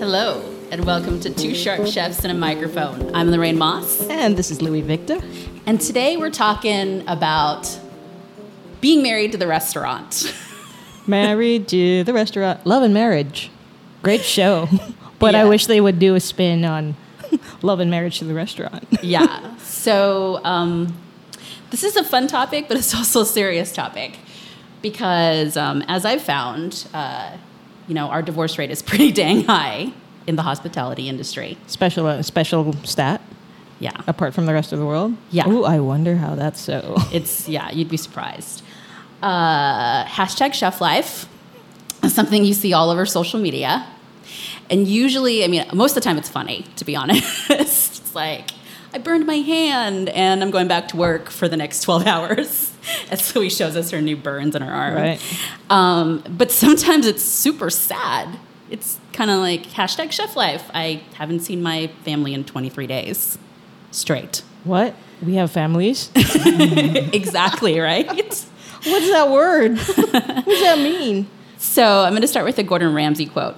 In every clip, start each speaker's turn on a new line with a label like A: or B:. A: Hello, and welcome to Two Sharp Chefs and a Microphone. I'm Lorraine Moss,
B: And this is Louis Victor.
A: and today we're talking about being married to the restaurant.
B: Married to the restaurant. Love and Marriage. Great show. but I
A: Yeah.
B: wish they would do a spin on Love and Marriage to the Restaurant.
A: yeah. So, um, this is a fun topic, but it's also a serious topic because, um, as I've found, uh, you know, our divorce rate is pretty dang high in the hospitality industry.
B: Special uh, special stat,
A: Yeah.
B: apart from the rest of the world.
A: Yeah.
B: Ooh, I wonder how that's so.
A: It's yeah, you'd be surprised. Uh, hashtag chef life, something you see all over social media, and usually, I mean, most of the time it's funny. To be honest, it's like I burned my hand and I'm going back to work for the next twelve hours. As Louis shows us her new burns in her arm.
B: Right.
A: Um, but sometimes it's super sad. It's kind of like hashtag chef life. I haven't seen my family in 23 days straight.
B: What? We have families?
A: exactly, right?
B: What's that word? what does that mean?
A: So I'm going to start with a Gordon Ramsay quote.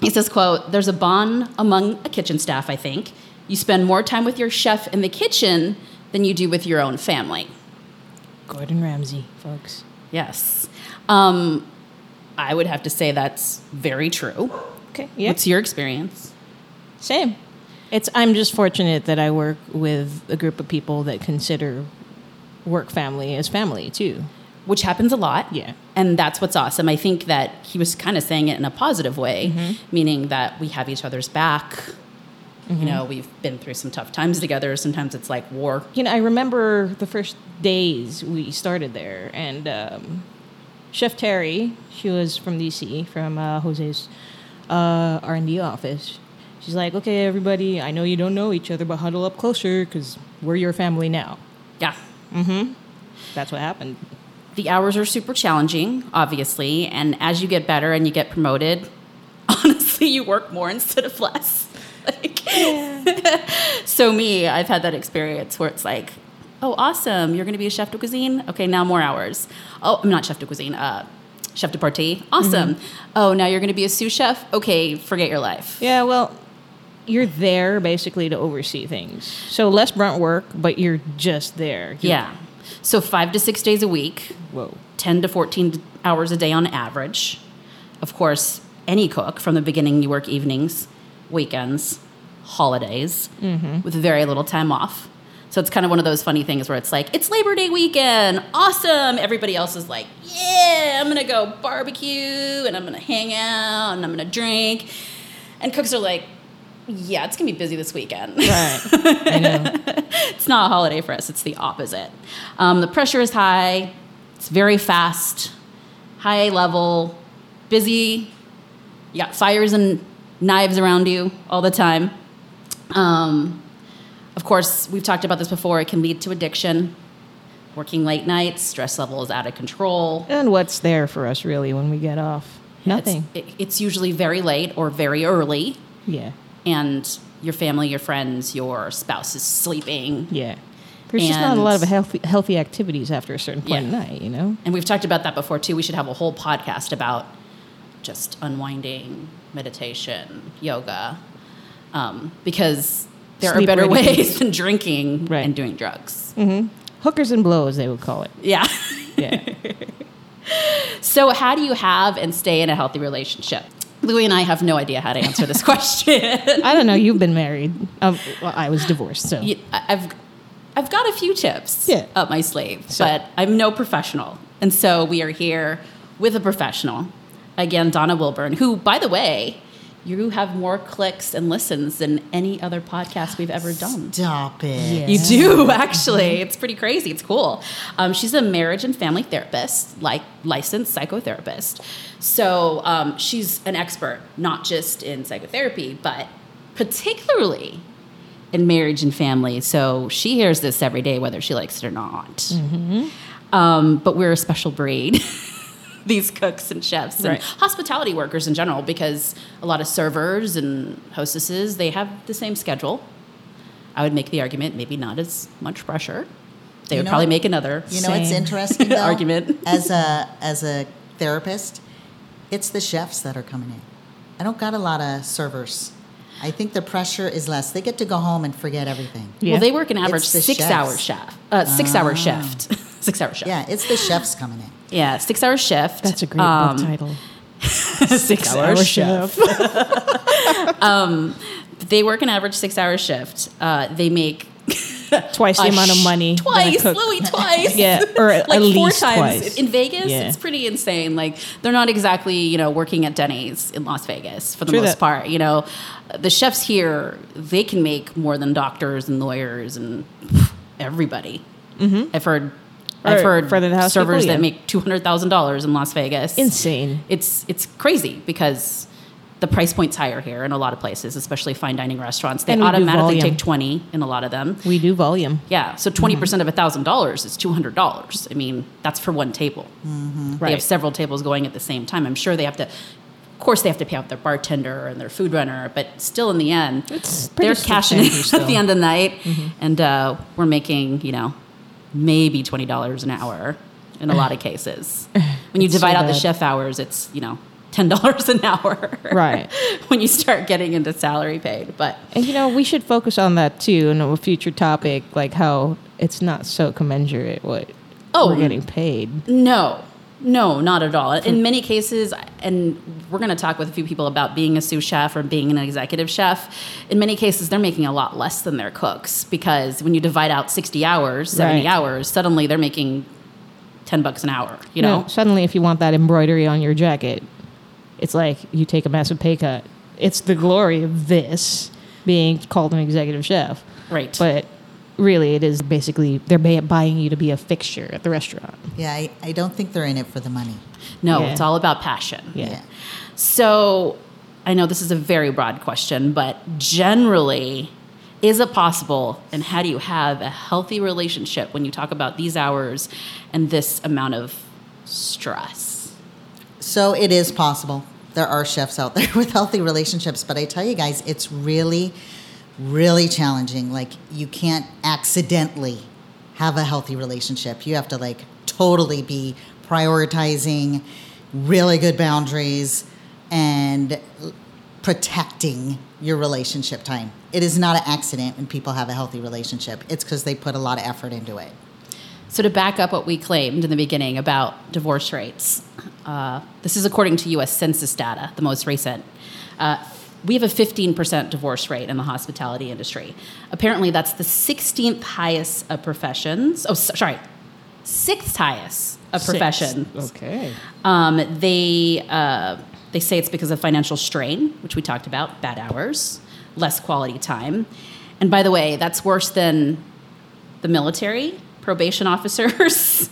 A: He says, quote, there's a bond among a kitchen staff, I think. You spend more time with your chef in the kitchen than you do with your own family.
B: Gordon Ramsay, folks.
A: Yes. Um, I would have to say that's very true.
B: Okay. Yeah.
A: What's your experience?
B: Same. It's I'm just fortunate that I work with a group of people that consider work family as family too.
A: Which happens a lot.
B: Yeah.
A: And that's what's awesome. I think that he was kind of saying it in a positive way,
B: Mm-hmm.
A: meaning that we have each other's back.
B: Mm-hmm.
A: You know, we've been through some tough times together. Sometimes it's like war.
B: You know, I remember the first days we started there, and um, Chef Terry, she was from DC, from uh, Jose's uh, R and D office. She's like, "Okay, everybody, I know you don't know each other, but huddle up closer because we're your family now."
A: Yeah.
B: That's what happened.
A: The hours are super challenging, obviously, and as you get better and you get promoted, honestly, you work more instead of less. Like, so me, I've had that experience where it's like, oh, awesome, you're going to be a chef de cuisine. Okay, now more hours. Oh, I'm not chef de cuisine. Uh, chef de partie. Awesome. Oh, now you're going to be a sous chef. Okay, forget your life.
B: Yeah, well, you're there basically to oversee things. So less brunt work, but you're just there. You're-
A: yeah. So five to six days a week,
B: Whoa.
A: 10 to 14 hours a day on average. Of course, any cook from the beginning, you work evenings, weekends, holidays, with very little time off. So it's kind of one of those funny things where it's like, it's Labor Day weekend, awesome. Everybody else is like, yeah, I'm gonna go barbecue and I'm gonna hang out and I'm gonna drink. And cooks are like, yeah, it's gonna be busy this weekend.
B: Right. I know.
A: it's not a holiday for us, it's the opposite. Um, the pressure is high, it's very fast, high level, busy. You got fires and knives around you all the time. Um, of course, we've talked about this before, it can lead to addiction. Working late nights, stress level is out of control.
B: And what's there for us really when we get off? Nothing.
A: It's, it- it's usually very late or very early,
B: Yeah.
A: and your family, your friends, your spouse is sleeping.
B: Yeah. There's just not a
A: And-
B: lot of healthy, healthy activities after a certain point
A: Yeah.
B: at night, you know?
A: And we've talked about that before too. We should have a whole podcast about just unwinding, meditation, yoga, um, because there
B: Sleep
A: are better
B: readiness.
A: ways than drinking
B: Right.
A: and doing drugs.
B: Hookers and blows, they would call it.
A: Yeah.
B: Yeah.
A: So, how do you have and stay in a healthy relationship? Louis and I have no idea how to answer this question.
B: I don't know. You've been married. Um, well, I was divorced, so.
A: You- I- I've, I've got a few tips
B: Yeah.
A: up my sleeve,
B: So-
A: but I'm no professional. And so we are here with a professional. Again, Donna Wilburn, who, by the way, you have more clicks and listens than any other podcast we've ever done.
C: Stop it.
A: You do, actually. It's pretty crazy. It's cool. Um, she's a marriage and family therapist, like licensed psychotherapist. So um, she's an expert, not just in psychotherapy, but particularly in marriage and family. So she hears this every day, whether she likes it or not. Um, but we're a special breed. These cooks and chefs and
B: Right.
A: hospitality workers in general, because a lot of servers and hostesses they have the same schedule I would make the argument maybe not as much pressure. They
C: You
A: would
C: know
A: probably
C: what?
A: make another.
C: You know, it's
B: Same.
C: interesting though.
A: Argument.
C: as a as a therapist, it's the chefs that are coming in. I don't got a lot of servers. I think the pressure is less. They get to go home and forget everything.
B: Yeah.
A: Well, they work an average
C: the
A: six hour
C: chefs.
A: shift. Uh, six hour shift. six hour shift.
C: Yeah, it's the chefs coming in.
A: Yeah, six hour shift.
B: That's a great
A: Um,
B: book title.
A: six hour shift. They work an average six hour shift. Uh, they make
B: Twice the
A: a
B: amount of
A: sh-
B: money. than a
A: Twice,
B: cook.
A: Louis, twice.
B: Yeah, or at
A: like four
B: least
A: times
B: twice.
A: in Vegas.
B: Yeah.
A: It's pretty insane. Like they're not exactly you know working at Denny's in Las Vegas for the
B: True
A: most
B: that.
A: part. You know, the chefs here they can make more than doctors and lawyers and everybody. I've heard. I've
B: Mm-hmm. Or
A: heard
B: front-of-the-house people,
A: servers
B: yeah.
A: that make two hundred thousand dollars in Las Vegas.
B: Insane.
A: It's it's crazy because the price point's higher here in a lot of places, especially fine dining restaurants. They
B: And we do
A: automatically
B: volume.
A: take twenty in a lot of them.
B: We do volume.
A: Yeah, so twenty percent of thousand dollars is two hundred dollars. I mean, that's for one table. They
B: Right.
A: have several tables going at the same time. I'm sure they have to. Of course, they have to pay out their bartender and their food runner, but still, in the end,
B: It's pretty Mm-hmm.
A: they're cashing in
B: substantial
A: at the
B: still.
A: end of the night, and uh, we're making you know maybe twenty dollars an hour in a lot of cases. When you
B: It's so
A: divide out the
B: bad.
A: chef hours, it's you know ten dollars an hour.
B: Right.
A: when you start getting into salary paid, but
B: And you know, we should focus on that too in a future topic, like how it's not so commensurate what
A: Oh.
B: we're getting paid.
A: No, no, not at all.
B: Hmm.
A: In many cases, and we're going to talk with a few people about being a sous chef or being an executive chef. In many cases, they're making a lot less than their cooks because when you divide out 60 hours, 70
B: Right.
A: hours, suddenly they're making 10 bucks an hour, you know?
B: No, suddenly if you want that embroidery on your jacket, it's like you take a massive pay cut. It's the glory of this being called an executive chef.
A: Right.
B: But really it is basically they're ba- buying you to be a fixture at the restaurant.
C: Yeah, I, I don't think they're in it for the money.
A: no,
B: Yeah.
A: it's all about passion.
B: Yeah.
A: So I know this is a very broad question, but generally, is it possible and how do you have a healthy relationship when you talk about these hours and this amount of stress?
C: So it is possible. There are chefs out there with healthy relationships, but I tell you guys, it's really, really challenging. Like you can't accidentally have a healthy relationship. You have to like totally be prioritizing really good boundaries and protecting your relationship time. It is not an accident when people have a healthy relationship. It's because they put a lot of effort into it.
A: So, to back up what we claimed in the beginning about divorce rates, uh, this is according to US Census data, the most recent. Uh, we have a 15% divorce rate in the hospitality industry. Apparently, that's the 16th highest of professions. Oh, so- sorry, sixth highest of professions.
B: Okay.
A: Um, they uh, they say it's because of financial strain, which we talked about, bad hours, less quality time, and by the way, that's worse than the military, probation officers,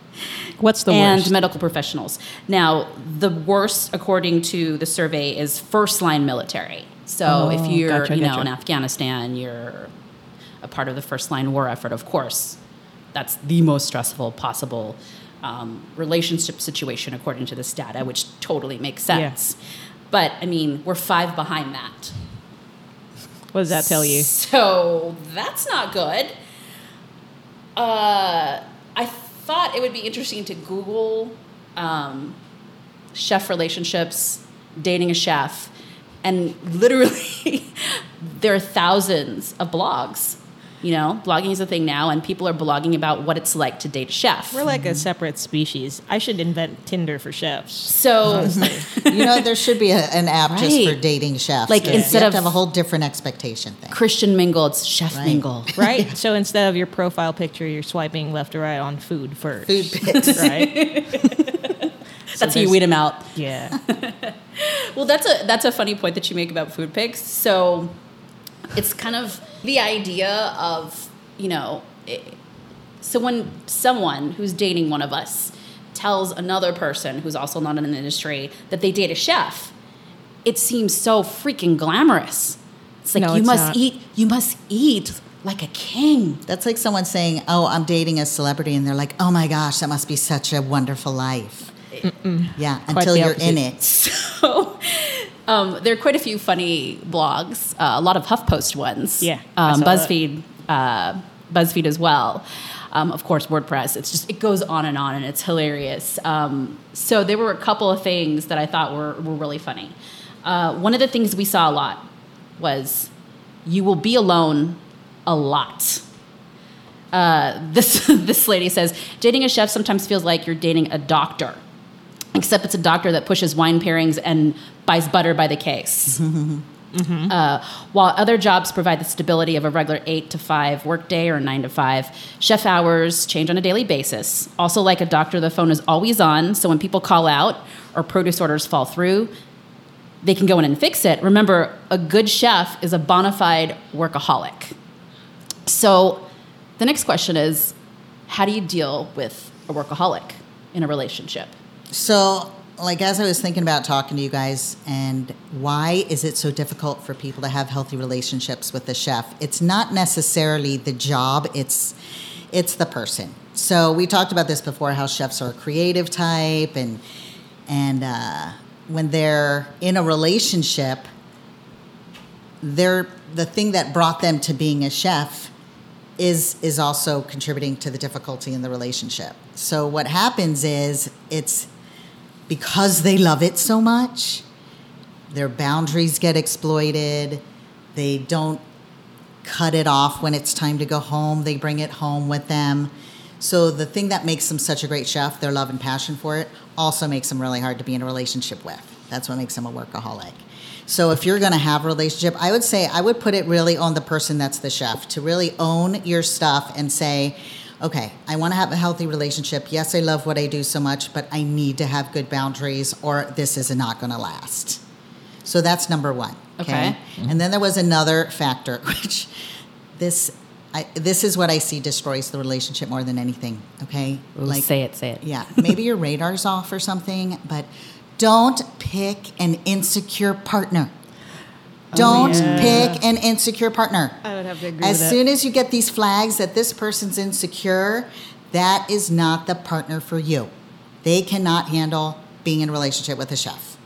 B: What's the
A: and
B: worst?
A: medical professionals. Now, the worst, according to the survey, is first line military. So
B: Oh,
A: if you're
B: gotcha,
A: you know
B: gotcha.
A: in Afghanistan, you're a part of the first line war effort. Of course, that's the most stressful possible um, relationship situation according to this data, which totally makes
B: Yeah.
A: sense. But I mean, we're five behind that.
B: what does that tell you?
A: So that's not good. Uh, I thought it would be interesting to Google um, chef relationships, dating a chef, and literally there are thousands of blogs. You know, blogging is a thing now, and people are blogging about what it's like to date a chef.
B: We're like a separate species. I should invent Tinder for chefs.
A: So,
C: you know, there should be a, an app just for
A: Right.
C: dating chefs.
A: Like,
C: 'cause
A: instead
C: you have
A: of-
C: to have a whole different expectation thing.
A: Christian Mingle, it's Chef
C: Right.
A: Mingle.
B: Right? so instead of your profile picture, you're swiping left or right on food first.
C: Food pics.
B: Right?
A: That's how you
B: there's-
A: weed them out.
B: yeah.
A: Well, that's a that's a funny point that you make about food pics. So it's kind of the idea of you know, it, so when someone who's dating one of us tells another person who's also not in the industry that they date a chef, it seems so freaking glamorous. It's like
B: No,
A: you
B: it's
A: must
B: not.
A: eat, you must eat like a king.
C: That's like someone saying, "Oh, I'm dating a celebrity," and they're like, "Oh my gosh, that must be such a wonderful life." Yeah, until
B: the
C: you're in it.
A: So Um, there are quite a few funny blogs, uh, a lot of HuffPost ones.
B: Yeah, I
A: Um,
B: saw that.
A: BuzzFeed, uh, BuzzFeed as well. Um, of course, WordPress. It's just it goes on and on, and it's hilarious. Um, so there were a couple of things that I thought were were really funny. Uh, one of the things we saw a lot was you will be alone a lot. Uh, this this lady says dating a chef sometimes feels like you're dating a doctor except it's a doctor that pushes wine pairings and buys butter by the case. Uh, while other jobs provide the stability of a regular eight to five workday or nine to five, chef hours change on a daily basis. Also, like a doctor, the phone is always on, so when people call out or produce orders fall through, they can go in and fix it. Remember, a good chef is a bona fide workaholic. So, the next question is how do you deal with a workaholic in a relationship?
C: So, like, as I was thinking about talking to you guys, and why is it so difficult for people to have healthy relationships with the chef? It's not necessarily the job; it's it's the person. So we talked about this before, how chefs are a creative type, and and uh, when they're in a relationship, they're the thing that brought them to being a chef is is also contributing to the difficulty in the relationship. So what happens is it's because they love it so much, their boundaries get exploited. They don't cut it off when it's time to go home. They bring it home with them. So the thing that makes them such a great chef, their love and passion for it, also makes them really hard to be in a relationship with. That's what makes them a workaholic. So if you're going to have a relationship, I would say I would put it really on the person that's the chef to really own your stuff and say, okay, I want to have a healthy relationship. Yes, I love what I do so much, but I need to have good boundaries or this is not going to last. So that's number one.
A: Okay.
C: And then there was another factor, which this I, this is what I see destroys the relationship more than anything. Okay.
A: say it, say it.
C: Yeah. Maybe your radar's off or something, but don't pick an insecure partner. Don't
B: Oh, yeah.
C: pick an insecure partner.
B: I would have to agree
C: As
B: with that.
C: soon as you get these flags that this person's insecure, that is not the partner for you. They cannot handle being in a relationship with a chef.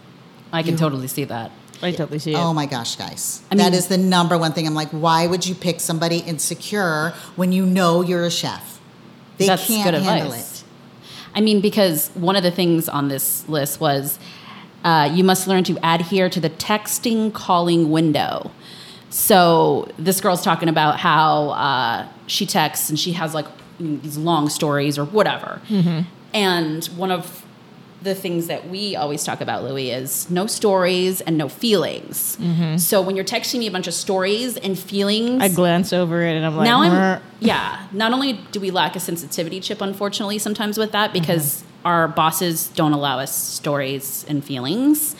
A: I can totally see that.
B: I totally see it.
C: Oh my gosh, guys.
A: I
C: that
A: mean-
C: is the number one thing. I'm like, why would you pick somebody insecure when you know you're a chef? They
A: That's
C: can't
A: good
C: handle
A: advice. I mean, because one of the things on this list was uh, you must learn to adhere to the texting calling window. So this girl's talking about how uh, she texts and she has like these long stories or whatever.
C: Mm-hmm.
A: And one of the things that we always talk about, Louie, is no stories and no feelings.
C: Mm-hmm.
A: So when you're texting me a bunch of stories and feelings,
B: I glance over it and I'm like,
A: now
B: "Mer."
A: I'm yeah. Not only do we lack a sensitivity chip, unfortunately, sometimes with that
B: Mm-hmm.
A: because our bosses don't allow us stories and feelings.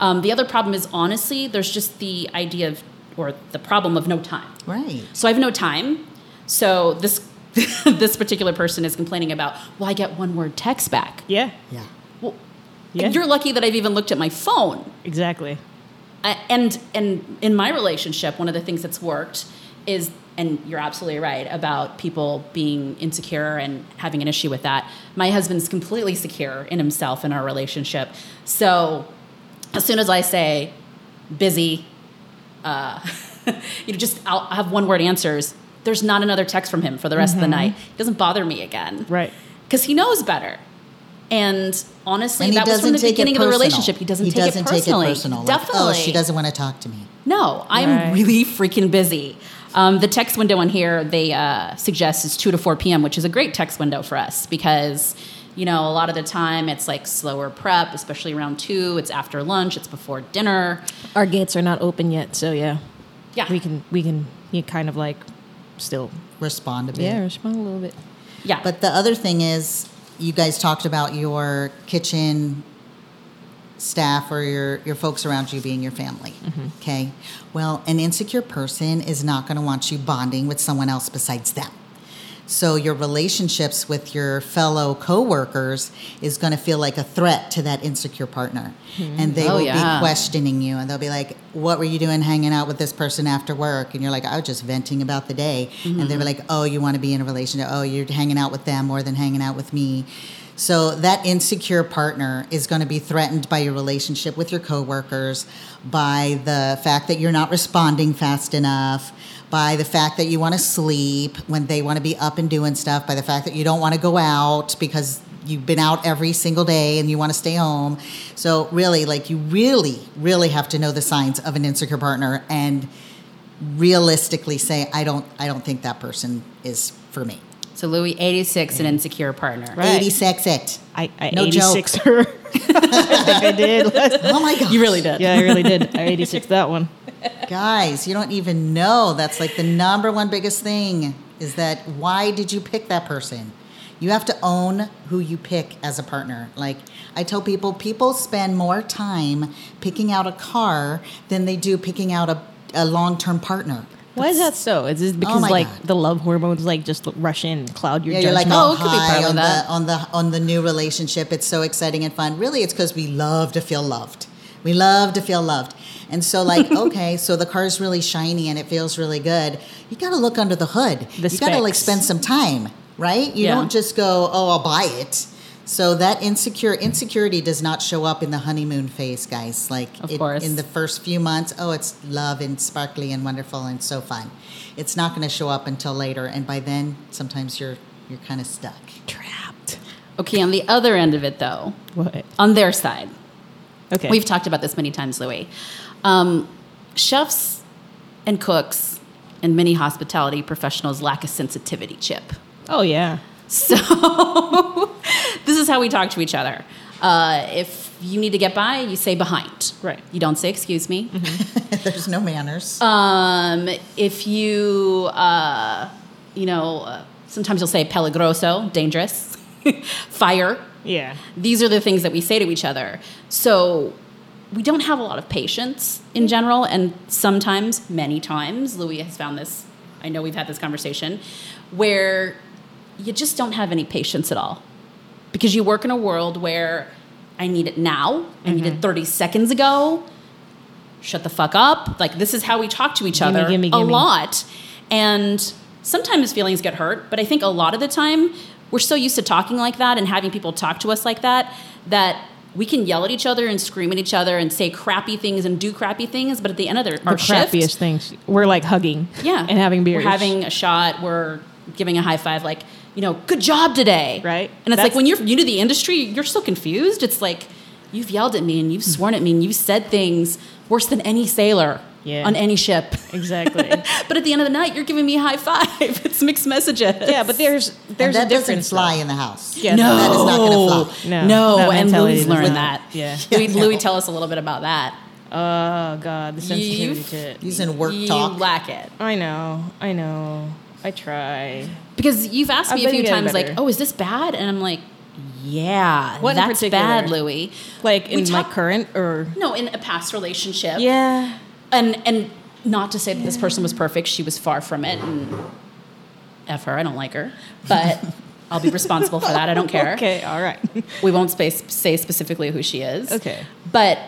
A: Um, the other problem is honestly, there's just the idea of or the problem of no time.
C: it. Right.
A: So I have no time. So this this particular person is complaining about well, I get one word text back.
B: yeah,
C: Yeah.
A: Well,
B: yeah,
A: you're lucky that I've even looked at my phone.
B: exactly.
A: Uh, and and in my relationship, one of the things that's worked is, and you're absolutely right about people being insecure and having an issue with that. My husband's completely secure in himself in our relationship, so as soon as I say busy, uh, you know, just I'll have one word answers. There's not another text from him for the rest of the night. It doesn't bother me again,
B: Right.
A: Because he knows better. And honestly,
C: And he
A: that was from
C: doesn't
A: the
C: take
A: beginning
C: it
A: of the
C: personal.
A: relationship. He doesn't, take, it personally.
C: Like,
A: Definitely.
C: oh, she doesn't want to talk to me.
A: No, I'm
B: Right.
A: really freaking busy. Um, the text window on here they uh, suggest is two to four p.m., which is a great text window for us because you know a lot of the time it's like slower prep, especially around two. It's after lunch. It's before dinner.
B: Our gates are not open yet, so yeah,
A: Yeah,
B: we can we can you kind of like still
C: Respond a bit.
B: yeah respond a little bit.
A: yeah.
C: But the other thing is, you guys talked about your kitchen staff or your, your folks around you being your family.
A: Mm-hmm.
C: Okay. Well, an insecure person is not going to want you bonding with someone else besides them. So your relationships with your fellow coworkers is going to feel like a threat to that insecure partner, and they
A: Oh,
C: will
A: yeah.
C: be questioning you, and they'll be like, "What were you doing hanging out with this person after work?" And you're like, "I was just venting about the day," and they're like, "Oh, you want to be in a relationship? Oh, you're hanging out with them more than hanging out with me." So that insecure partner is going to be threatened by your relationship with your coworkers, by the fact that you're not responding fast enough, by the fact that you want to sleep when they want to be up and doing stuff, by the fact that you don't want to go out because you've been out every single day and you want to stay home. So really like you really really have to know the signs of an insecure partner and realistically say I don't I don't think that person is for me.
A: So Louis, 86, an insecure partner.
B: Right.
C: 86 it.
B: I, I
C: No joke.
B: 86 her. I think I did.
C: Oh my god.
A: You really did.
B: yeah, I really did. I 86 that one.
C: Guys, you don't even know. That's like the number one biggest thing is that why did you pick that person? You have to own who you pick as a partner. Like I tell people, people spend more time picking out a car than they do picking out a, a long term partner.
B: Why is that so? Is this because
C: my
B: like
C: God.
B: the love hormones like just rush in, cloud your
C: Yeah, you're
B: judgment?
C: like
A: Oh,
C: oh,
A: it could be part
C: high
A: of
C: on
A: that.
C: the on the on the new relationship. It's so exciting and fun. Really, it's because we love to feel loved. We love to feel loved, and so like okay, so the car's really shiny and it feels really good. You got to look under the hood.
B: The
C: you got to like
B: specs.
C: spend some time, right? You
A: Yeah.
C: don't just go oh I'll buy it. So that insecure insecurity does not show up in the honeymoon phase, guys. Like
A: Of
C: it-
A: course.
C: in the first few months, oh, it's love and sparkly and wonderful and so fun. It's not going to show up until later, and by then, sometimes you're you're kind of stuck.
B: trapped.
A: Okay, on the other end of it though,
B: What?
A: on their side,
B: Okay.
A: We've talked about this many times, Louis. Um, chefs and cooks and many hospitality professionals lack a sensitivity chip.
B: oh yeah.
A: So this is how we talk to each other. Uh, if you need to get by, you say behind.
B: Right. Mm-hmm.
A: You don't say excuse me.
C: There's no
B: Uh,
C: manners.
A: Um, if you, uh, you know, uh, sometimes you'll say peligroso, dangerous, fire.
B: Yeah.
A: These are the things that we say to each other. So we don't have a lot of patience in general. And sometimes, many times, Louis has found this, I know we've had this conversation, where you just don't have any patience at all. Because you work in a world where I need it now, I need
B: Mm-hmm.
A: it 30 seconds ago, shut the fuck up. Like, this is how we talk to each
B: Gimme,
A: other
B: gimme,
A: a
B: gimme.
A: lot. And sometimes feelings get hurt, but I think a lot of the time we're so used to talking like that and having people talk to us like that that we can yell at each other and scream at each other and say crappy things and do crappy things, but at the end of the,
B: The
A: our shift,
B: crappiest things. We're like hugging.
A: yeah,
B: And having beers.
A: we're having a shot, we're giving a high five, like you know, good job today,
B: Right.
A: And it's like
B: That's-
A: when you're new to the industry, you're so confused. It's like you've yelled at me and you've sworn at me and you've said things worse than any sailor
B: Yeah.
A: on any ship.
B: Exactly.
A: But at the end of the night, you're giving me a high five. It's mixed messages.
B: yeah, but there's there's
C: and that
B: a difference.
C: doesn't fly in the house.
B: Yeah,
A: no,
C: that is not gonna fly.
A: No,
B: No,
A: no.
B: that
A: and
B: mentality
A: Louis
B: does
A: learned that.
B: not- yeah.
A: Louis,
C: Yeah,
A: Louis, than
C: no.
A: tell us a little bit about that.
B: Oh god, the
A: You-
B: sensitivity shit.
C: Using work
A: you
C: talk.
A: lack it
B: I know. I know. I try.
A: because you've asked
B: I've
A: me a
B: been
A: few
B: getting
A: times,
B: better.
A: like, "Oh, is this bad?" And I'm like, "Yeah,
B: What in
A: that's bad,
B: particular?
A: Louis."
B: Like
A: We
B: in my
A: talk-
B: current or
A: No, in a past relationship.
B: Yeah.
A: and and not to say that this person was perfect she was far from it and f her i don't like her but i'll be responsible for that i don't care
B: Okay, all right.
A: we won't space, say specifically who she is
B: Okay.
A: but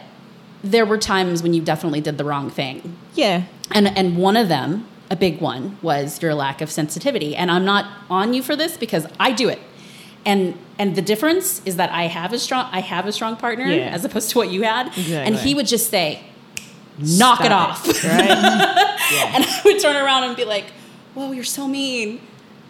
A: there were times when you definitely did the wrong thing
B: yeah.
A: and and one of them a big one was your lack of sensitivity and i'm not on you for this because i do it and and the difference is that i have a strong i have a strong partner
B: Yeah.
A: as opposed to what you had and
B: Exactly.
A: he would just say knock
B: Stop
A: it off
B: Right?
A: and I would turn around and be like, whoa, you're so mean.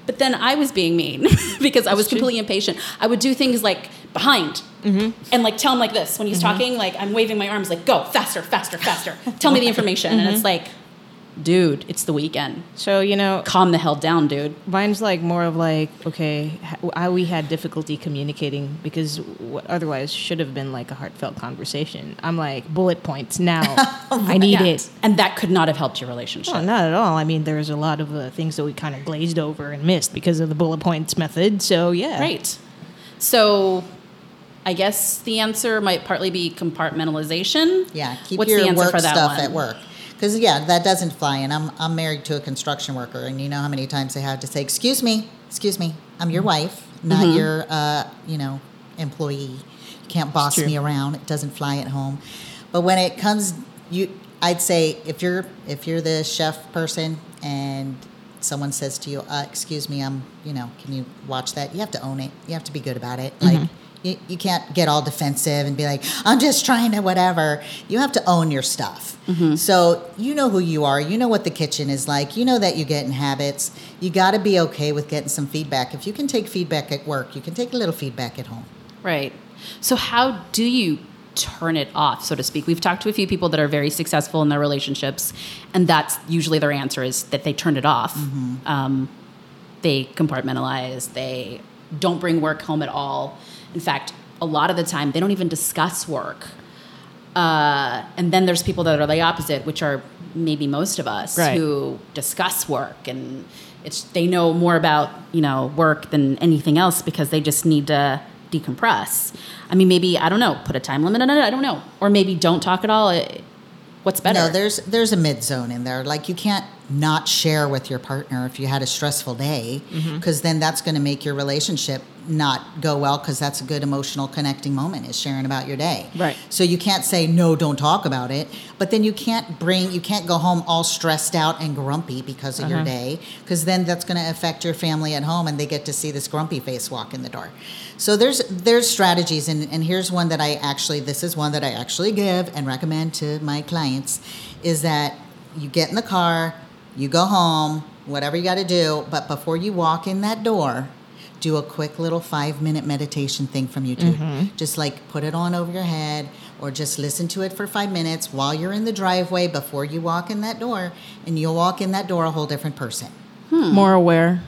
A: But then I was being mean because I was
B: true.
A: completely impatient. I would do things like behind
C: Mm-hmm.
A: and like tell him like this when he's talking, like I'm waving my arms, like go faster, faster, faster. tell me the information. And
C: Mm-hmm.
A: it's like, dude, it's the weekend.
B: so, you know,
A: Calm the hell down, dude.
B: mine's like more of like okay h- I, we had difficulty communicating because what otherwise should have been like a heartfelt conversation i'm like bullet points now i need
A: Yeah.
B: it
A: And that could not have helped your relationship.
C: Oh,
B: well, not at all i mean there's a lot of uh, things that we kind of glazed over and missed because of the bullet points method so yeah
A: Right. So I guess the answer might partly be compartmentalization.
C: Yeah, keep
A: What's the
C: your
A: answer
C: work
A: for that
C: stuff
A: one?
C: at work. Because yeah, that doesn't fly. And I'm I'm married to a construction worker, and you know how many times I had to say, "Excuse me, excuse me, I'm your wife, not
A: Mm-hmm.
C: your uh, you know employee. You can't boss
B: true.
C: me around. It doesn't fly at home." But when it comes, you I'd say if you're if you're the chef person and someone says to you, uh, "Excuse me, I'm, you know, can you watch that?" You have to own it. You have to be good about it. Like you, you can't get all defensive and be like, "I'm just trying to whatever." You have to own your stuff. So you know who you are. You know what the kitchen is like. You know that you get in habits. You got to be okay with getting some feedback. If you can take feedback at work, you can take a little feedback at home.
A: Right. So, how do you turn it off, so to speak? We've talked to a few people that are very successful in their relationships, and that's usually their answer is that they turned it off. Um, they compartmentalize, they don't bring work home at all. In fact, a lot of the time, they don't even discuss work. Uh, and then there's people that are the opposite, which are maybe most of us
B: Right.
A: who discuss work and it's they know more about you know work than anything else because they just need to decompress. I mean, maybe I don't know, put a time limit on it. I don't know, or maybe don't talk at all. It- What's better?
C: No, there's there's a mid zone in there. Like you can't not share with your partner if you had a stressful day,
A: Mm-hmm.
C: because then that's going to make your relationship not go well. Because that's a good emotional connecting moment is sharing about your day.
A: Right.
C: So you can't say no, don't talk about it. But then you can't bring you can't go home all stressed out and grumpy because of your day, because then that's going to affect your family at home, and they get to see this grumpy face walk in the door. So there's there's strategies, and and here's one that I actually this is one that I actually give and recommend to my clients, is that you get in the car, you go home, whatever you got to do, but before you walk in that door, do a quick little five minute meditation thing from YouTube.
B: Mm-hmm.
C: Just like put it on over your head or just listen to it for five minutes while you're in the driveway before you walk in that door, and you'll walk in that door a whole different person.
B: More aware.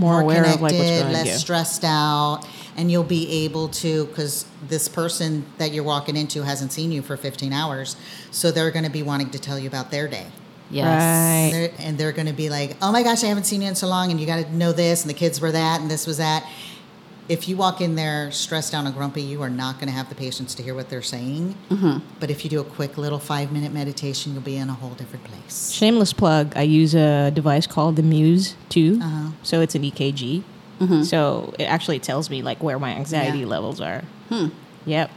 B: More,
C: Hmm. More
B: aware of
C: connected,
B: like what's going
C: less
B: on.
C: stressed out, and you'll be able to because this person that you're walking into hasn't seen you for 15 hours, so they're going to be wanting to tell you about their day.
A: yes.
B: Right.
C: They're, and they're going to be like, oh my gosh, I haven't seen you in so long, and you got to know this, and the kids were that, and this was that. If you walk in there stressed out and grumpy, you are not going to have the patience to hear what they're saying.
B: Mm-hmm.
C: But if you do a quick little five minute meditation, you'll be in a whole different place.
B: Shameless plug. I use a device called the Muse 2.
C: Uh-huh.
B: So it's an EKG. So it actually tells me like where my anxiety
C: Mm-hmm. Yeah. Hmm.
B: levels are. Yep.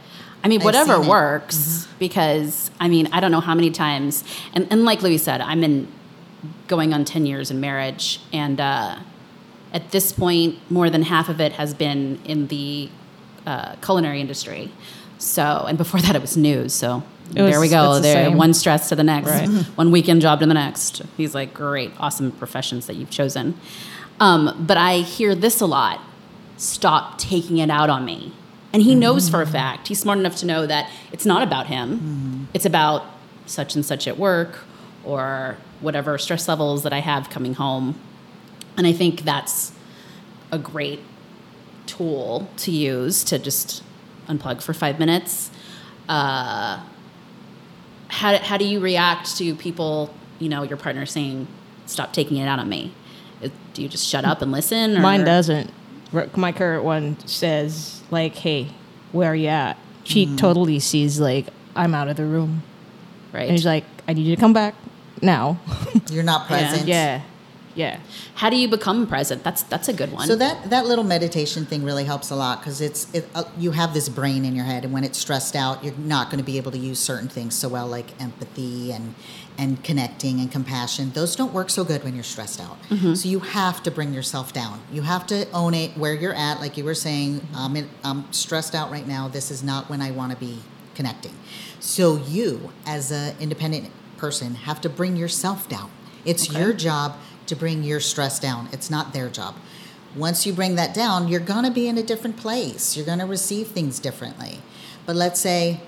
A: I mean,
C: I've
A: whatever
C: seen it.
A: works
B: Mm-hmm.
A: because I mean, I don't know how many times, and, and like Louis said, I'm in going on 10 years in marriage, and uh, at this point, more than half of it has been in the uh, culinary industry. So, and before that, it was news. So,
B: It was-
A: there we go.
B: it's the
A: There,
B: same.
A: one stress to the next,
B: Right.
A: one weekend job to the next. He's like, great, awesome professions that you've chosen. Um, but I hear this a lot stop taking it out on me. And he knows for a fact, he's smart enough to know that it's not about him, it's about such and such at work or whatever stress levels that I have coming home. And I think that's a great tool to use to just unplug for five minutes. Uh, how, how do you react to people, you know, your partner saying, stop taking it out on me? It- Do you just shut up and listen? Or?
B: Mine doesn't. R- My current one says like, "Hey, where are you at?" She
C: Hmm.
B: totally sees like I'm out of the room,
A: Right.
B: and she's like, "I need you to come back now."
C: You're not present.
B: yeah, yeah.
A: How do you become present? That's that's a good one.
C: So that that little meditation thing really helps a lot because it's it, uh, you have this brain in your head, and when it's stressed out, you're not going to be able to use certain things so well, like empathy and and connecting and compassion. Those don't work so good when you're stressed out. So you have to bring yourself down. You have to own it where you're at. Like you were saying, um, it, I'm stressed out right now. This is not when I want to be connecting. So you, as an independent person, have to bring yourself down. It's your job to bring your stress down. It's not their job once you bring that down, you're going to be in a different place. You're going to receive things differently. But let's say,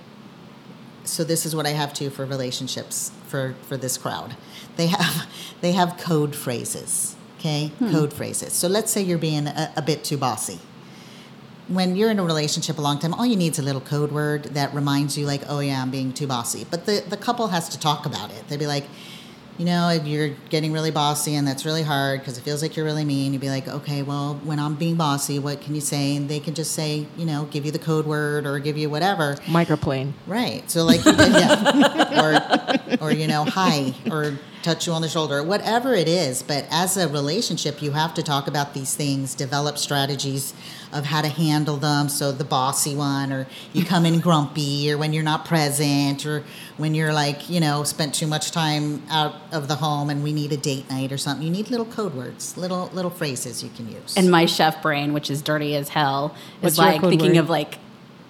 C: so this is what I have to for relationships for for this crowd. They have they have code phrases, okay? Code phrases. So let's say you're being a, a bit too bossy when you're in a relationship a long time, all you need is a little code word that reminds you, like, oh yeah, I'm being too bossy. But the, the couple has to talk about it. They'd be like, you know, you're getting really bossy and that's really hard because it feels like you're really mean. You'd be like, okay, well, when I'm being bossy, what can you say? And they can just say, you know, give you the code word or give you whatever.
B: Microplane.
C: Right. So like you did, yeah. or or you know hi or touch you on the shoulder whatever it is but as a relationship you have to talk about these things develop strategies of how to handle them so the bossy one or you come in grumpy or when you're not present or when you're like you know spent too much time out of the home and we need a date night or something you need little code words little little phrases you can use
A: And my chef brain, which is dirty as hell,
B: What's
A: is
B: your
A: like
B: code
A: thinking
B: word?
A: of like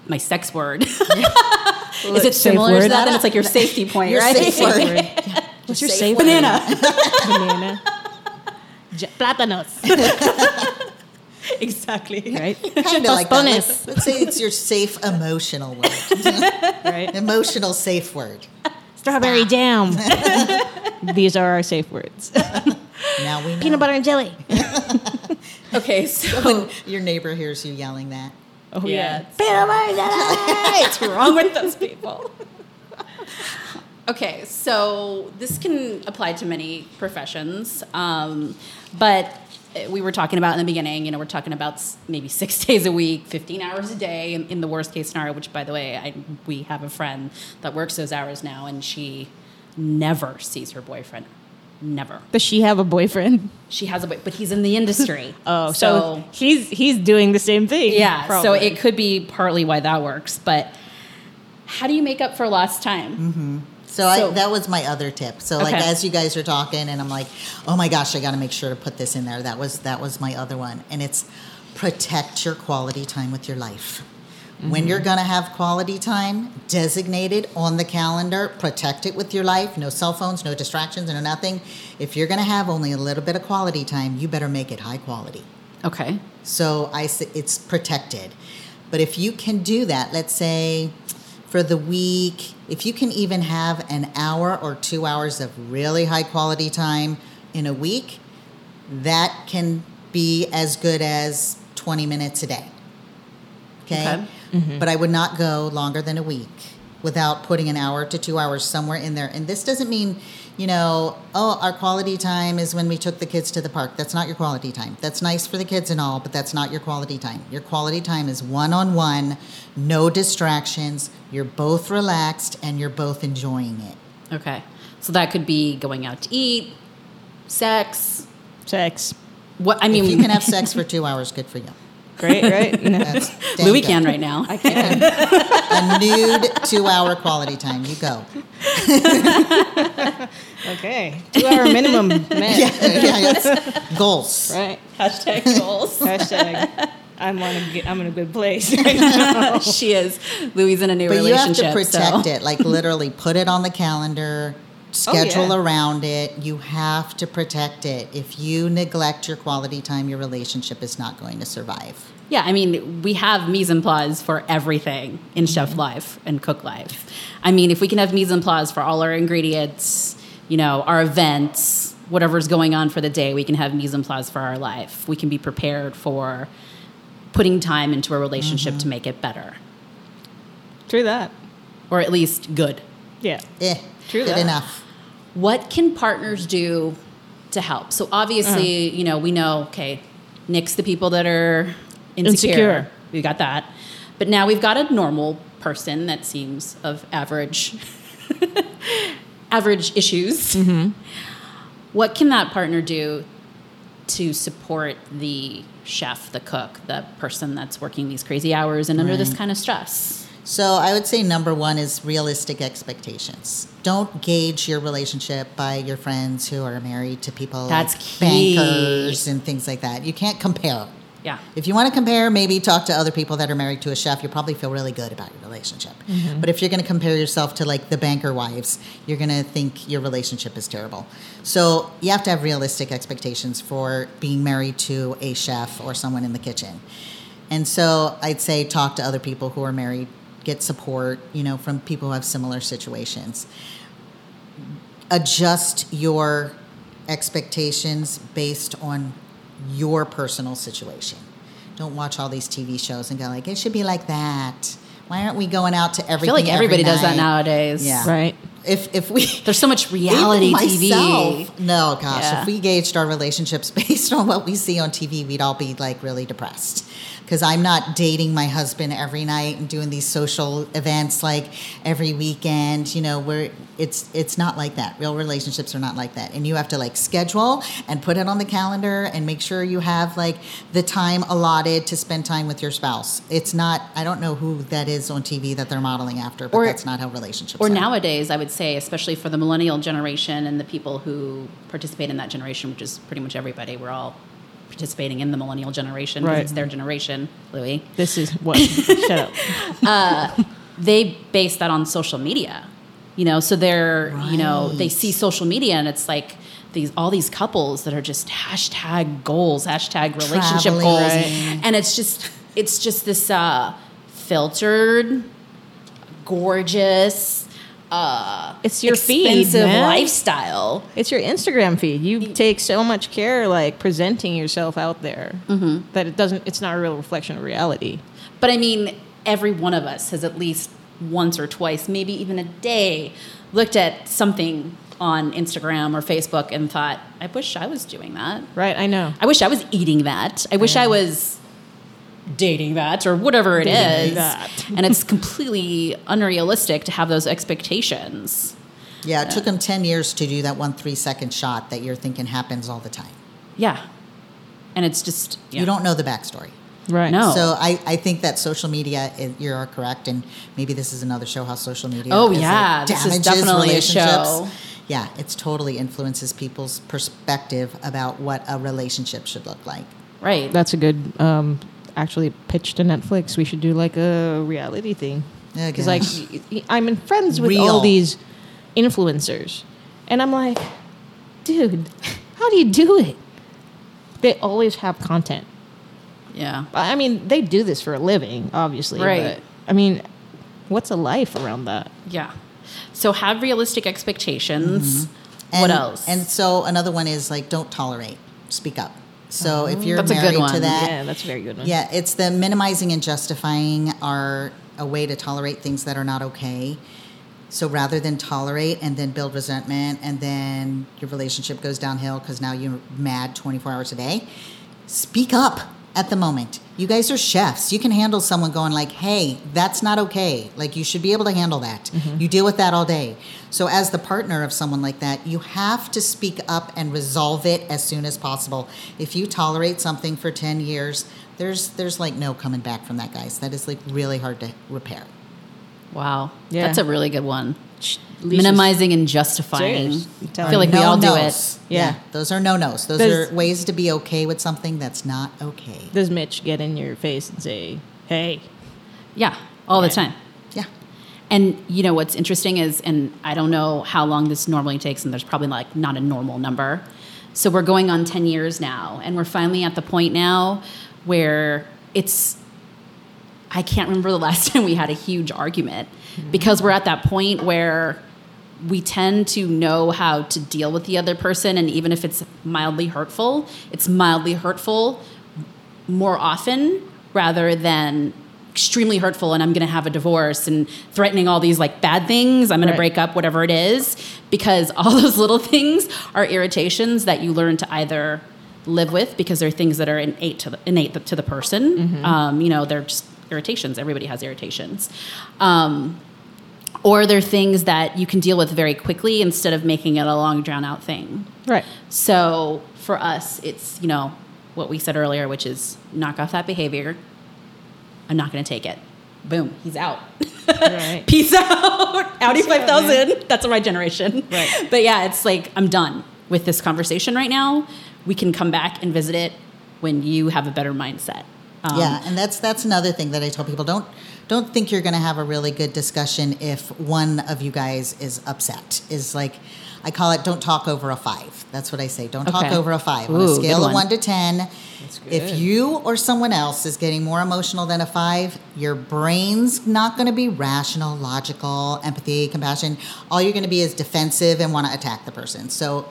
A: my sex word. is it
B: Safe
A: similar to
B: word?
A: that? And it's like your safety point,
C: Your
A: right?
C: safe word.
B: What's your safe
C: Safe word.
A: Banana.
B: banana? J- Platanos.
A: exactly.
B: Right?
C: kind of like
B: Tostones.
C: that. Let's, let's say it's your safe emotional word
B: Right?
C: emotional safe word
B: Strawberry jam. These are our safe words.
C: now we know
B: Peanut butter and jelly.
A: Okay, so
C: your neighbor hears you yelling that
B: Oh,
A: yeah.
B: Peanut butter and jelly.
A: what's wrong with those people? okay, so this can apply to many professions, um, but uh, we were talking about in the beginning, you know, we're talking about s- maybe six days a week, 15 hours a day in, in the worst case scenario, which by the way, I, we have a friend that works those hours now and she never sees her boyfriend. Never.
B: Does she have a boyfriend?
A: She has a boy, but he's in the industry.
B: Oh, so, he's he's doing the same thing.
A: Yeah, so
B: probably.
A: it could be partly why that works, but how do you make up for lost time?
C: So, I,
A: So-
C: that was my other tip. So like
A: Okay.
C: as you guys are talking, and I'm like, oh my gosh, I got to make sure to put this in there. That was that was my other one, and it's protect your quality time with your life.
A: Mm-hmm.
C: When you're gonna have quality time designated on the calendar, protect it with your life. No cell phones, no distractions, no nothing. If you're gonna have only a little bit of quality time, you better make it high quality.
A: Okay.
C: So I s- it's protected. But if you can do that, let's say for the week, if you can even have an hour or 2 hours of really high quality time in a week, that can be as good as 20 minutes a day. Okay?
A: Okay.
C: But I would not go longer than a week without putting an hour to 2 hours somewhere in there. And this doesn't mean, you know, oh, our quality time is when we took the kids to the park. That's not your quality time. That's nice for the kids and all, but that's not your quality time. Your quality time is one-on-one, no distractions, you're both relaxed and you're both enjoying it.
A: Okay. So that could be going out to eat, sex.
B: sex.
A: What I
C: If you
A: mean,
C: can have sex for 2 hours, good for you.
B: Great, right? No.
C: That's dang
A: Louis
C: good.
A: can right now. I can.
C: a nude two hour quality time. You go.
B: Okay. Two hour minimum. Man.
C: Yeah, yeah, yes. Goals.
B: Right.
A: Hashtag goals.
B: Hashtag. I'm on a good, I'm in a good place.
A: she is. Louis is in a new
C: But you have
A: relationship.
C: to protect
A: so.
C: it. Like literally put it on the calendar, schedule
B: yeah.
C: around it. You have to protect it. If you neglect your quality time, your relationship is not going to survive.
A: Yeah, I mean, we have mise en place for everything in chef life and cook life. I mean, if we can have mise en place for all our ingredients, you know, our events, whatever's going on for the day, we can have mise en place for our life. We can be prepared for putting time into a relationship to make it better,
B: True that.
A: or at least good.
B: Yeah.
C: Eh,
B: True
C: good
B: that.
C: enough.
A: What can partners do to help? So obviously,
C: Uh-huh.
A: you know, we know, okay, nix the people that are insecure.
B: Insecure.
A: We got that. But now we've got a normal person that seems of average average issues.
C: Mm-hmm.
A: What can that partner do to support the chef, the cook, the person that's working these crazy hours and under this kind of stress?
C: So I would say number one is realistic expectations. Don't gauge your relationship by your friends who are married to people
A: That's
C: like
A: key.
C: bankers and things like that. You can't compare.
A: Yeah.
C: If you want to compare, maybe talk to other people that are married to a chef. You'll probably feel really good about your relationship. But if you're going to compare yourself to like the banker wives, you're going to think your relationship is terrible. So you have to have realistic expectations for being married to a chef or someone in the kitchen. And so I'd say talk to other people who are married, get support, you know, from people who have similar situations adjust your expectations based on your personal situation. Don't watch all these TV shows and go like, it should be like that. Why aren't we going out to
A: I
C: everything?
A: feel like
C: every
A: everybody does that
C: night?"
A: nowadays.
C: Yeah.
B: Right.
C: If if we
A: There's so much reality
C: even
A: TV.
C: myself- No, gosh,
A: Yeah.
C: if we gauged our relationships based on what we see on TV, we'd all be like really depressed. Because I'm not dating my husband every night and doing these social events like every weekend. You know, where it's it's not like that. Real relationships are not like that, and you have to like schedule and put it on the calendar and make sure you have like the time allotted to spend time with your spouse. It's not. I don't know who that is on TV that they're modeling after, but
A: Or-
C: that's not how relationships.
A: Or
C: are.
A: nowadays, I would say, especially for the millennial generation and the people who participate in that generation, which is pretty much everybody, we're all participating in the millennial generation 'cause
B: Right.
A: it's their generation, Louis.
B: This is what. Shut up.
A: They base that on social media, you know. So they're, you know, they
C: Right.
A: see social media and it's like these all these couples that are just hashtag goals, hashtag relationship
C: Traveling.
A: goals,
C: Right.
A: and it's just it's just this uh, filtered, gorgeous. Uh,
B: It's your feed,
A: expensive
B: man.
A: lifestyle.
B: It's your Instagram feed. You take so much care, like presenting yourself out there, that it doesn't. It's not a real reflection of reality.
A: But I mean, every one of us has at least once or twice, maybe even a day, looked at something on Instagram or Facebook and thought, I wish I was doing that.
B: Right? I know.
A: I wish I was eating that. I wish I was dating that or whatever it is.
B: Dating that.
A: and it's completely unrealistic to have those expectations.
C: Yeah, it took them 10 years to do that one three second shot that you're thinking happens all the time.
A: Yeah. And it's just, yeah.
C: You don't know the backstory.
B: Right.
A: No. Oh.
C: So I, I think that social media, i you're correct, and maybe this is another show how social media.
A: Oh,
C: is, like,
A: yeah, this is
C: damages
A: definitely a show.
C: relationships. Yeah, it's totally influences people's perspective about what a relationship should look like.
A: Right.
B: That's a good. Um, actually, pitch to Netflix. We should do like a reality thing.
C: Yeah, I
B: Because like,
C: guess.
B: y- y- I'm in friends with all
C: Real.
B: these influencers, and I'm like, dude, how do you do it? They always have content.
A: yeah.
B: I mean, they do this for a living, obviously.
A: Right.
B: But, I mean, what's a life around that?
A: Yeah. So have realistic expectations.
C: And,
A: what else?
C: And so another one is like, don't tolerate, speak up. So if you're
A: Oh, That's a good
C: married
A: one,
C: to that,
B: yeah, that's a very good one.
C: Yeah, it's the minimizing and justifying are a way to tolerate things that are not okay. So rather than tolerate and then build resentment and then your relationship goes downhill because now you're mad 24 hours a day, speak up at the moment. You guys are chefs. You can handle someone going like, "Hey, that's not okay. Like you should be able to handle that. You deal with that all day." So as the partner of someone like that, you have to speak up and resolve it as soon as possible. If you tolerate something for 10 years, there's there's like no coming back from that, guys. That is like really hard to repair.
A: Wow.
B: Yeah.
A: That's a really good one.
B: Sh- Lisa's-
A: Minimizing and justifying.
B: Serious. I'm
A: I
B: telling
A: feel like
B: you.
A: we all do it.
C: No-nos.
B: Yeah.
C: those are no nos. Those
B: There's-
C: are ways to be okay with something that's not okay.
B: Does Mitch get in your face and say, hey?
A: Yeah, all the time.
C: Yeah.
A: And you know what's interesting is, and I don't know how long this normally takes, and there's probably like not a normal number. So we're going on 10 years now, and we're finally at the point now where it's, I can't remember the last time we had a huge argument
B: Mm-hmm.
A: because we're at that point where we tend to know how to deal with the other person. And even if it's mildly hurtful, it's mildly hurtful more often rather than extremely hurtful and I'm going to have a divorce and threatening all these like bad things. I'm going
B: Right.
A: to break up, whatever it is, because all those little things are irritations that you learn to either live with because they're things that are innate to the, innate to the person. Um, you know, they're just irritations. Everybody has irritations. Um, or they're things that you can deal with very quickly instead of making it a long drawn out thing.
B: Right.
A: So for us, it's, you know, what we said earlier, which is knock off that behavior. I'm not going to take it. Boom, he's out.
B: Right.
A: Peace out. Audi
B: Peace out,
A: 5000. That's my generation.
B: Right.
A: But yeah, it's like, I'm done with this conversation right now. We can come back and visit it when you have a better mindset. Um,
C: yeah, and that's that's another thing that I tell people don't don't think you're going to have a really good discussion if one of you guys is upset. Is like I call it don't talk over a 5. That's what I say. Don't talk
A: Okay.
C: over a 5. On a
A: Ooh, good
C: scale
A: one.
C: of 1 to 10,
B: good.
C: if you or someone else is getting more emotional than a 5, your brain's not going to be rational, logical, empathy, compassion. All you're going to be is defensive and want to attack the person. So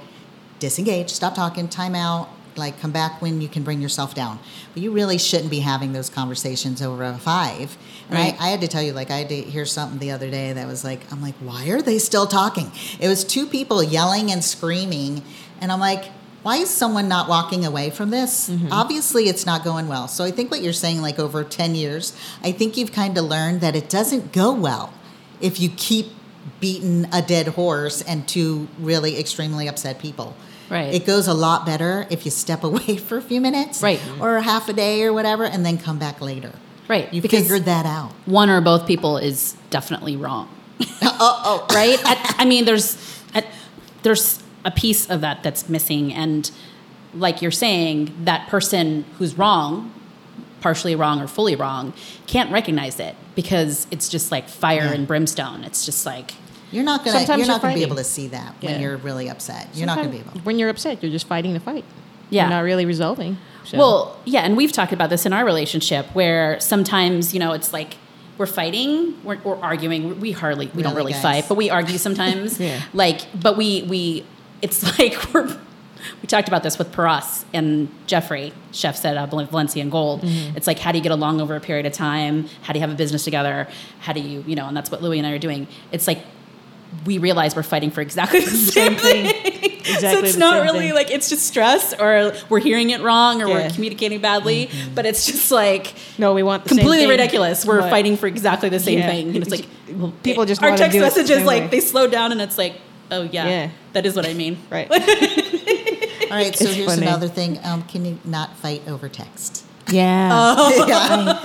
C: disengage, stop talking, time out, Like, come back when you can bring yourself down. But you really shouldn't be having those conversations over a five. And
B: Right.
C: I, I had to tell you, like, I had to hear something the other day that was like, I'm like, why are they still talking? It was two people yelling and screaming. And I'm like, why is someone not walking away from this?
A: Mm-hmm.
C: Obviously, it's not going well. So I think what you're saying, like, over 10 years, I think you've kind of learned that it doesn't go well if you keep beating a dead horse and two really extremely upset people.
A: Right.
C: It goes a lot better if you step away for a few minutes,
A: Right.
C: or half a day or whatever, and then come back later.
A: Right.
C: You
A: because
C: figured that out.
A: one or both people is definitely wrong.
C: Oh, oh,
A: right? I, I mean, there's I, there's a piece of that that's missing, and like you're saying, that person who's wrong, partially wrong or fully wrong, can't recognize it because it's just like fire
C: Yeah.
A: and brimstone. It's just like
C: you're not gonna
B: Sometimes
C: you're
B: you're
C: not gonna be
B: fighting.
C: able to see that
B: Yeah.
C: when you're really upset. You're not gonna be able.
B: Sometimes When you're upset, you're just fighting the fight.
A: Yeah.
B: You're not really resolving. So.
A: Well, yeah, and we've talked about this in our relationship where sometimes, you know, it's like we're fighting, we're, we're arguing. We hardly, we don't really
C: Really, guys?
A: fight, but we argue sometimes.
B: Yeah.
A: Like, but we, we, it's like we're, we talked about this with Paras and Jeffrey, chef said uh, Val- Valencia and Gold.
B: Mm-hmm.
A: It's like, how do you get along over a period of time? How do you have a business together? How do you, you know, and that's what Louie and I are doing. It's like, we realize we're fighting for exactly the same,
B: Same thing.
A: thing. so
B: Exactly
A: it's
B: the
A: not
B: same
A: really
B: thing.
A: like it's just stress or we're hearing it wrong or we're
B: Yeah.
A: communicating badly, but it's just like
B: no, we want the same
A: completely
B: thing,
A: ridiculous. We're
B: but-
A: fighting for exactly the same
B: Yeah.
A: thing, and it's like well,
B: People just
A: our
B: wanna
A: text
B: do it the
A: messages
B: same
A: like
B: way.
A: they slow down, and it's like, oh yeah,
B: Yeah.
A: that is what I mean.
B: Right.
C: To. All right, so
B: It's
C: here's
B: funny.
C: another thing. Um, can you not fight over text?
B: yeah.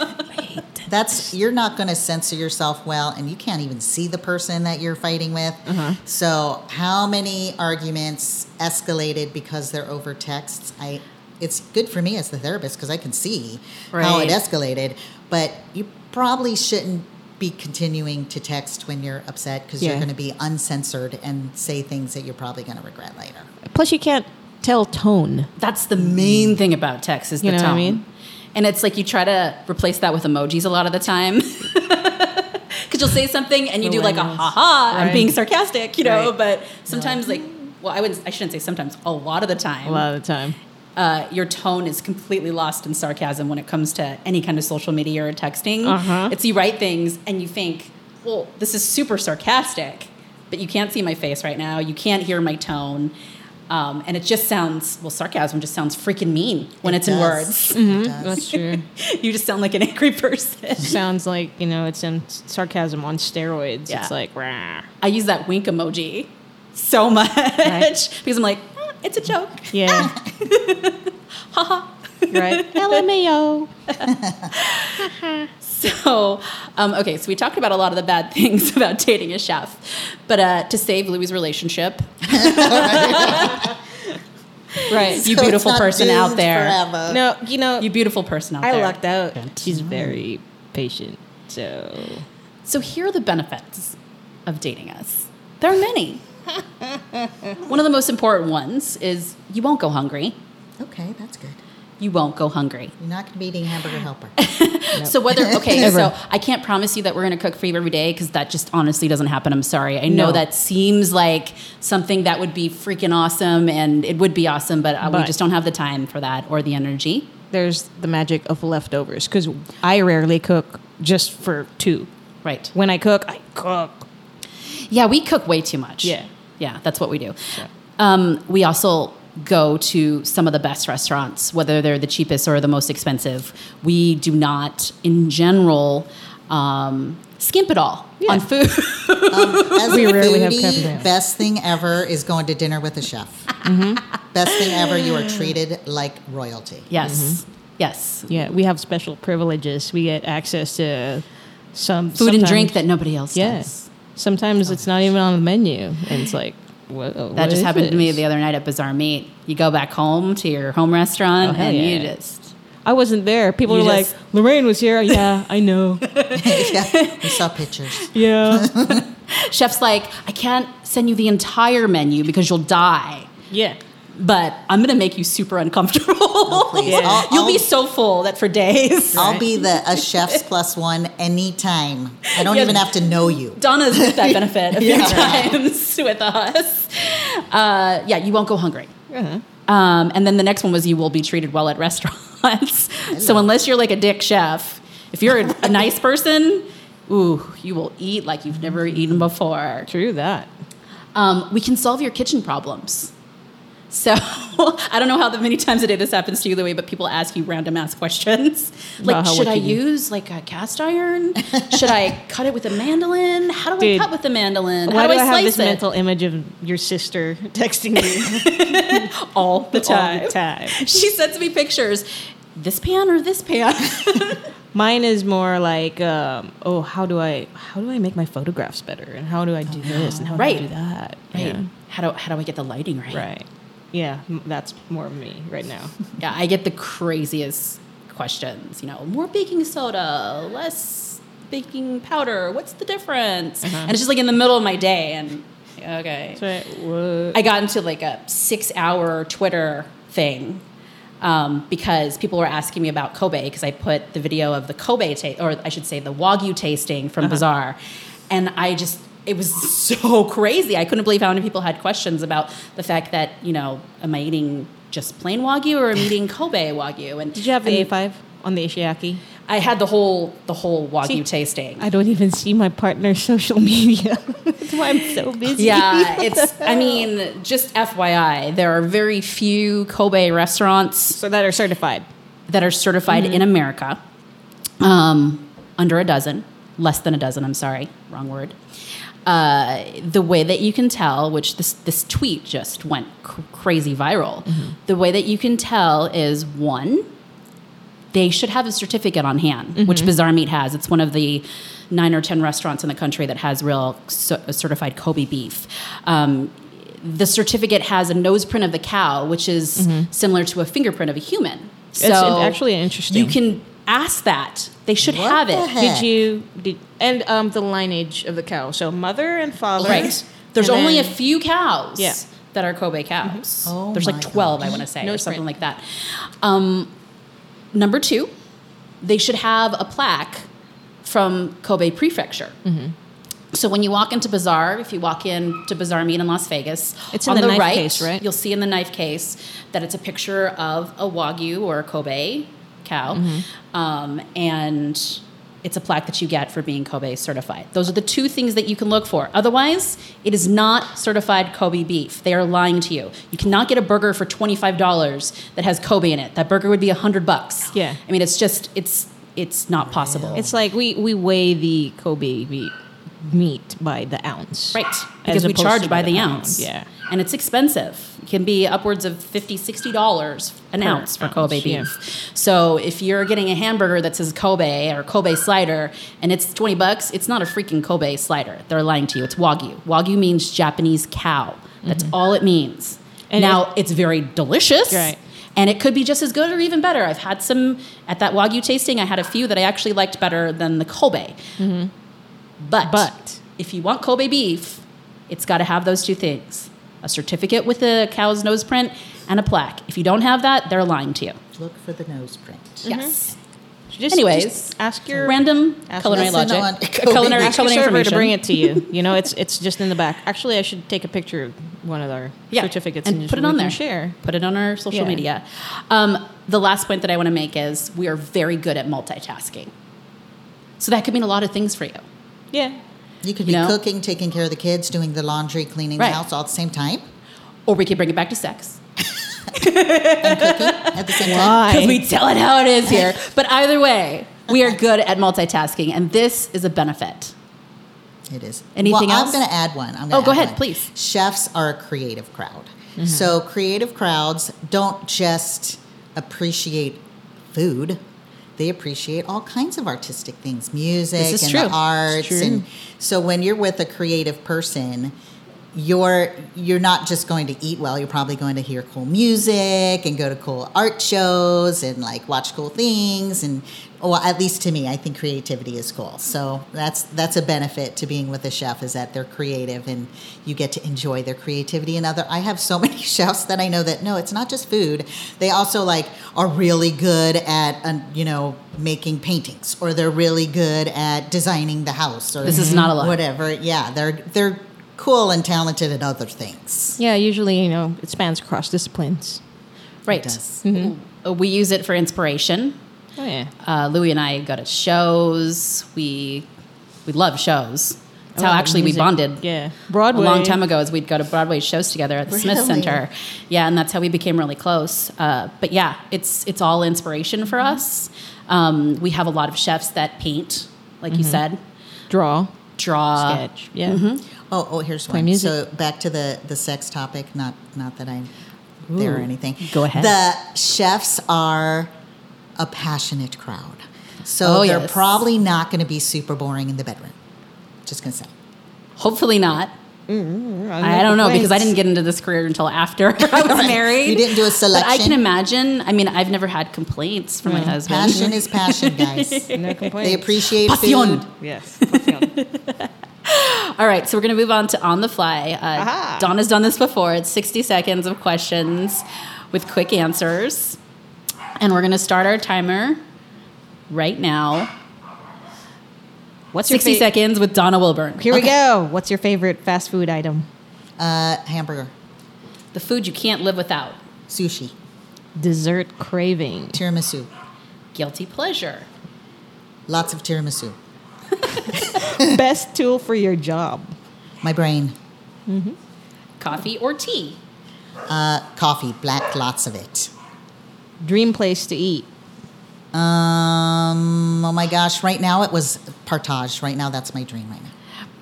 C: That's you're not going to censor yourself well, and you can't even see the person that you're fighting with.
A: Uh-huh.
C: So, how many arguments escalated because they're over texts? I, it's good for me as the therapist because I can see how
A: Right.
C: it escalated. But you probably shouldn't be continuing to text when you're upset because you're
B: Yeah.
C: going to be uncensored and say things that you're probably going to regret later.
B: Plus, you can't tell tone.
A: That's the main thing about text is
B: You
A: the
B: know what I
A: tone.
B: mean?
A: And it's like you try to replace that with emojis a lot of the time. Because you'll say something and you do like a
B: Millennials.
A: ha ha, I'm
B: Right.
A: being sarcastic, you know,
B: Right.
A: but sometimes like, well, I wouldn't, I shouldn't say sometimes, a lot of the time,
B: A lot of the time.
A: uh, your tone is completely lost in sarcasm when it comes to any kind of social media or texting.
B: Uh-huh.
A: It's you write things and you think, well, this is super sarcastic, but you can't see my face right now. You can't hear my tone. Um, and it just sounds, well, sarcasm just sounds freaking mean when
C: It
A: it's in
C: does.
A: words. Mm-hmm.
C: It
B: Mm-hmm.
C: does.
B: That's true.
A: you just sound like an angry person.
B: Sounds like, you know, it's in sarcasm on steroids.
A: Yeah.
B: It's like, rah.
A: I use that wink emoji so much
B: Right.
A: because I'm like, "Ah, it's a joke.
B: Yeah. right. LMAO.
A: So, um, okay, so we talked about a lot of the bad things about dating a chef, but uh, to save Louis' relationship, you
B: Right.
C: So it's
A: beautiful
C: not
A: person out
C: doomed
A: there,
C: forever.
B: no, you know,
A: you beautiful person out
B: I
A: there.
B: lucked out. She's very patient. So,
A: So here are the benefits of dating us. There are many. One of the most important ones is you won't go hungry.
C: Okay, that's good.
A: You won't go hungry.
C: You're not going to be eating hamburger helper.
A: So whether okay,
B: Never.
A: so I can't promise you that we're going to cook for you every day because that just honestly doesn't happen. I'm sorry. I know
B: No.
A: that seems like something that would be freaking awesome, and it would be awesome, but, uh, we
B: But-
A: just don't have the time for that or the energy.
B: there's the magic of leftovers because I rarely cook just for two.
A: Right.
B: When I cook, I cook.
A: Yeah, we cook way too much.
B: Yeah.
A: Yeah, that's what we do. Um, we also go to some of the best restaurants, whether they're the cheapest or the most expensive. We do not, in general, um, skimp at all on food.
B: Mm-hmm.
C: Um, As
B: We
C: a
B: rarely have
C: foodie,
B: caviar.
C: best thing ever is going to dinner with a chef. Best thing ever, you are treated like royalty.
A: yes. Yes.
B: Yeah, we have special privileges. We get access to some
A: Food and drink
B: sometimes-
A: that nobody else does.
B: Yes. Sometimes it's not even on the menu, and it's like, whoa.
A: That just happened to me the other night at Bizarre Meat. You go back home to your home restaurant
B: Oh, hell
A: and you
B: yeah.
A: just
B: I wasn't there. People
A: You
B: were
A: just-
B: like, Lorraine was here. Yeah, I know.
C: yeah, we saw pictures.
B: Yeah.
A: chef's like, I can't send you the entire menu because you'll die.
B: yeah.
A: But I'm gonna make you super uncomfortable.
C: please.
B: Yeah.
C: I'll-
A: You'll be
C: I'll-
A: so full that for days.
C: I'll be the a chef's plus one anytime. I don't
A: Yeah.
C: even have to know you.
A: Donna's had that benefit a few
C: Yeah.
A: times with us. Uh, yeah, you won't go hungry.
B: Uh-huh.
A: Um, and then the next one was you will be treated well at restaurants. so unless you're like a dick chef, if you're a, a nice person, ooh, you will eat like you've never eaten before.
B: True that.
A: Um, we can solve your kitchen problems. So I don't know how many times a day this happens to you, Louis, but people ask you random ass questions. Like,
B: About how-
A: should
B: what
A: I
B: you do.
A: use like a cast iron? should I cut it with a mandolin? How do
B: Dude,
A: I cut with a mandolin?
B: Why
A: how
B: do, I, have
A: slice
B: this
A: it?
B: mental image of your sister texting me
A: all the time?
B: all the time?
A: She sends me pictures. This pan or this pan?
B: Mine is more like, um, oh, how do I how do I make my photographs better, and how do I do this, and how
A: Right.
B: do I do that?
A: Right.
B: Yeah.
A: How do how do I get the lighting right?
B: Right. Yeah, m- that's more of me right now.
A: Yeah, I get the craziest questions. You know, more baking soda, less baking powder. What's the difference? And it's just like in the middle of my day. And okay,
B: So I, whoa.
A: I got into like a six-hour Twitter thing um, because people were asking me about Kobe because I put the video of the Kobe ta- or I should say the Wagyu tasting
B: Uh-huh.
A: from Bazaar, and I just it was so crazy. I couldn't believe how many people had questions about the fact that you know am I eating just plain Wagyu or am I eating Kobe Wagyu? And
B: Did you have the
A: I,
B: A five on the Ishiaki?
A: I had the whole the whole Wagyu
B: See,
A: tasting.
B: I don't even see my partner's social media. that's why I'm so busy.
A: yeah, it's. I mean, just FYI, there are very few Kobe restaurants
B: So that are certified.
A: that are certified in America, um, under a dozen, less than a dozen, I'm sorry, wrong word. Uh, the way that you can tell, which this, this tweet just went cr- crazy viral, the way that you can tell is one, they should have a certificate on hand, which Bizarre Meat has. It's one of the nine or ten restaurants in the country that has real c- certified Kobe beef. Um, the certificate has a nose print of the cow, which is similar to a fingerprint of a human. So
B: in- actually interesting.
A: You can ask that. They should
C: What
A: have
C: the
A: it.
C: heck?
B: Did you did and um the lineage of the cow? So mother and father.
A: Right. There's
B: And
A: only
B: then-
A: a few cows
B: Yeah.
A: that are Kobe cows.
C: Oh
A: There's
C: my
A: like 12, I
C: gosh.
A: want to say,
B: No
A: or something
B: print.
A: like that. Um, number two, they should have a plaque from Kobe Prefecture.
B: Mm-hmm.
A: So when you walk into Bazaar, if you walk in to Bazaar Meat in Las Vegas,
B: It's in
A: on
B: the knife
A: right,
B: case, right?
A: you'll see in the knife case that it's a picture of a Wagyu or a Kobe cow,
B: Mm-hmm.
A: um, and it's a plaque that you get for being Kobe certified. Those are the two things that you can look for. Otherwise, it is not certified Kobe beef. They are lying to you. You cannot get a burger for twenty five dollars that has Kobe in it. That burger would be hundred bucks.
B: Yeah.
A: I mean, it's just it's it's not possible.
B: It's like we we weigh the Kobe meat, meat by the ounce.
A: Right.
B: As
A: Because we
B: opposed
A: charge
B: to
A: by the
B: pound.
A: ounce.
B: Yeah.
A: And it's expensive. It can be upwards of $50, $60 an
B: Per
A: ounce for
B: ounce,
A: Kobe
B: yeah.
A: beef. So if you're getting a hamburger that says Kobe or Kobe slider and it's 20 bucks, it's not a freaking Kobe slider. They're lying to you. It's Wagyu. Wagyu means Japanese cow. That's all it means.
B: Mm-hmm. And
A: now, it's very delicious.
B: Right.
A: And it could be just as good or even better. I've had some at that Wagyu tasting. I had a few that I actually liked better than the Kobe. But,
B: But-
A: if you want Kobe beef, it's got to have those two things a certificate with a cow's nose print and a plaque. If you don't have that, they're lying to you.
C: Look for the nose print.
A: Yes.
B: Mm-hmm. Just- Just,
A: Anyways,
B: ask your
A: Random
B: Ask
A: culinary
C: Listen
A: logic.
C: on Kobe.
A: culinary
B: ask your
A: culinary
B: server to
A: information.
B: bring it to you. You know, it's it's just in the back. Actually, I should take a picture of one of our
A: Yeah.
B: certificates
A: and,
B: and, just
A: put it
B: we
A: on
B: can
A: there.
B: Share.
A: Put it on our social
B: Yeah.
A: media. Um, the last point that I want to make is we are very good at multitasking. So that could mean a lot of things for you.
B: Yeah.
C: You could be
A: You know?
C: cooking, taking care of the kids, doing the laundry, cleaning
A: Right.
C: the house all at the same time,
A: Or we could bring it back to sex.
C: at the same time.
B: Why?
A: Because we tell it how it is here. But either way, we are good at multitasking, and this is a benefit.
C: It is.
A: Anything
C: well,
A: else?
C: I'm going to add one. I'm gonna
A: Oh, go
C: add
A: ahead,
C: one.
A: please. Mm-hmm.
C: Chefs are a creative crowd. So creative crowds don't just appreciate food; they appreciate all kinds of artistic things, music
A: This is
C: and
A: true.
C: the
A: It's
C: arts.
A: true.
C: And so, when you're with a creative person, you're you're not just going to eat well. You're probably going to hear cool music and go to cool art shows and like watch cool things. And well, at least to me, I think creativity is cool. So that's that's a benefit to being with a chef is that they're creative and you get to enjoy their creativity. And other, I have so many chefs that I know that no, it's not just food. They also like are really good at uh, you know making paintings or they're really good at designing the house or
A: This is not a lie.
C: whatever. Yeah, they're they're cool and talented at other things.
B: Yeah. Usually, you know, it spans across disciplines.
A: Right.
C: does.
A: Uh, We use it for inspiration.
B: Oh yeah.
A: Uh, Louie and I go to shows. We we love shows. That's
B: I
A: how
B: love
A: actually we
B: Oh, music.
A: bonded.
B: Yeah. Broadway.
A: A long time ago, as we'd go to Broadway shows together at the Smith
C: Really?
A: Center. Yeah, and that's how we became really close. Uh, but yeah, it's it's all inspiration for us. Um, we have a lot of chefs that paint, like you said,
B: Draw.
A: draw.
B: Mm-hmm. sketch. Yeah.
A: mm-hmm.
C: Oh, oh, here's
B: Play
C: one.
B: music.
C: So back to the the sex topic. Not not that I'm there or anything.
A: go ahead.
C: The chefs are a passionate crowd, so
A: Oh,
C: they're
A: yes.
C: probably not going to be super boring in the bedroom. Just gonna say.
A: Hopefully not. I don't know because I didn't get into this career until after I was married.
C: You didn't do a
A: But I can
C: selection.
A: imagine. I mean, I've never had complaints from my husband.
C: Passion is passion, guys.
B: No complaints.
C: they appreciate
A: Pasión.
C: food.
B: Yes.
A: All right, so we're going to move on to on the fly. Uh, Donna's done this before. It's 60 seconds of questions with quick answers. And we're going to start our timer right now.
B: What's
A: 60
B: your fa-
A: seconds with Donna Wilburn.
B: Here we go. What's your favorite fast food item?
C: Uh, hamburger,
A: The food you can't live without.
C: sushi,
B: Dessert craving.
C: tiramisu,
A: Guilty pleasure.
C: lots of tiramisu.
B: Best tool for your job.
C: My brain,
A: Coffee or tea.
C: uh, coffee, black, lots of it.
B: Dream place to eat.
C: Um, oh my gosh! Right now it was Partage. Right now that's my dream. Right now.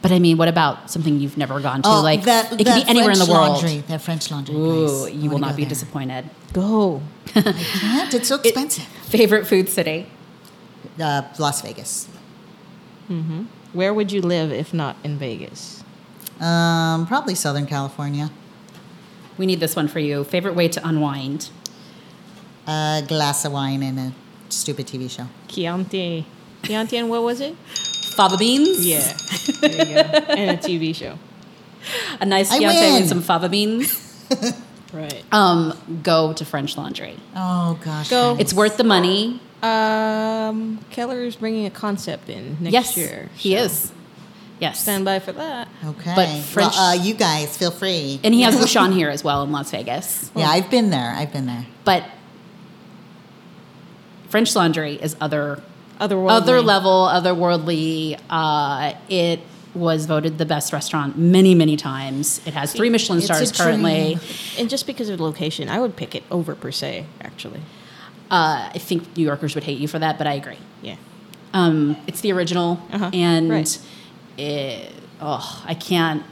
A: But I mean, what about something you've never gone to? like,
C: Oh, that-
A: it could
C: that
A: be anywhere in the
C: French
A: world.
C: Laundry, that French laundry.
A: Ooh,
C: place. I
A: you will
C: wanna
A: not
C: go
A: be
C: there.
A: disappointed.
B: Go.
C: Can't, it's so expensive.
A: Favorite food city?
C: uh, Las Vegas.
B: Where would you live if not in Vegas?
C: Um, probably Southern California.
A: We need this one for you. Favorite way to unwind?
C: A glass of wine and a stupid TV show.
B: Chianti. Chianti and what was it?
A: Fava beans?
B: Yeah. There you go. And a TV show.
A: A nice
C: I
A: fiance with
C: win.
A: some fava beans.
B: Right.
A: Um, go to French Laundry.
C: Oh gosh.
B: Go.
C: guys.
A: It's worth the money.
B: Um, Keller is bringing a concept in next
A: yes,
B: year.
A: he is. Yes,
B: Stand by for that.
C: okay.
A: but
C: Well,
A: French-
C: uh, you guys feel free.
A: and he has Lushan here as well in Las Vegas.
C: yeah, I've been there. I've been there.
A: But French Laundry is other
B: Otherworldly.
A: other level, otherworldly. Uh, it was voted the best restaurant many, many times. It has three Michelin
C: It's a
A: stars currently.
C: dream.
B: And just because of location, I would pick it over per se, actually.
A: Uh, I think New Yorkers would hate you for that, but I agree.
B: Yeah.
A: Um, it's the original,
B: Uh-huh.
A: and
B: Right.
A: it, oh, I can't,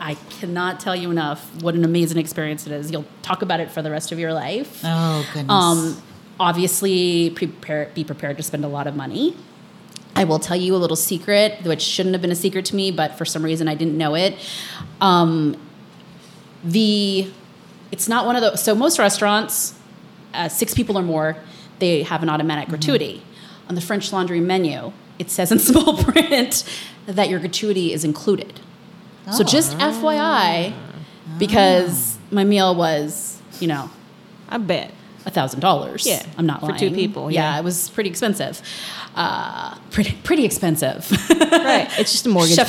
A: I cannot tell you enough what an amazing experience it is. You'll talk about it for the rest of your life.
C: Oh goodness.
A: Um, obviously, prepare, be prepared to spend a lot of money. I will tell you a little secret, which shouldn't have been a secret to me, but for some reason I didn't know it. Um, the it's not one of those. So most restaurants, uh, six people or more, they have an automatic gratuity. On the French Laundry menu, it says in small print that your gratuity is included. So
C: Oh.
A: just FYI, because my meal was, you know,
B: I bet.
A: a thousand dollars.
B: Yeah,
A: I'm not
B: for
A: lying.
B: two people, yeah.
A: it was pretty expensive. Uh, pretty pretty expensive.
B: Right. It's just a mortgage
A: Chef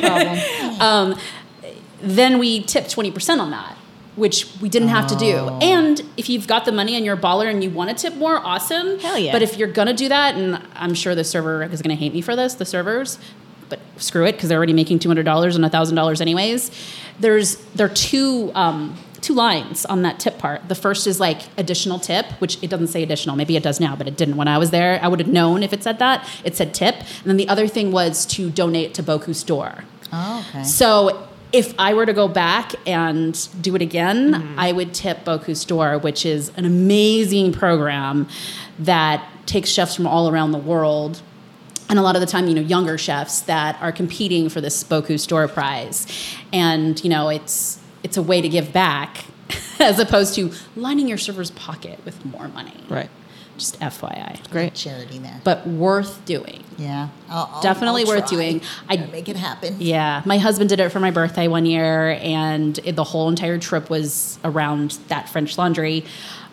A: talking.
B: No problem.
A: um, then we tipped twenty percent on that, which we didn't have to do.
B: Oh.
A: And if you've got the money and you're a baller and you want to tip more, awesome.
B: Hell yeah.
A: But if you're gonna do that, and I'm sure the server is gonna hate me for this, the servers. But screw it, because they're already making two hundred dollars and thousand dollars anyways. There's there are two um, two lines on that tip part. The first is like additional tip, which it doesn't say additional. Maybe it does now, but it didn't when I was there. I would have known if it said that. It said tip, and then the other thing was to donate to Boku Store.
C: oh, okay.
A: So if I were to go back and do it again, I would tip Boku Store, which is an amazing program that takes chefs from all around the world. And a lot of the time, you know, younger chefs that are competing for this Boku Store prize. And, you know, it's it's a way to give back as opposed to lining your server's pocket with more money.
B: Right.
A: Just FYI.
B: Great.
C: charity there.
A: But worth doing.
C: yeah. I'll- I'll-
A: Definitely
C: I'll
A: worth
C: try.
A: doing. I-
C: Gotta make it happen.
A: Yeah, my husband did it for my birthday one year, and it, the whole entire trip was around that French Laundry,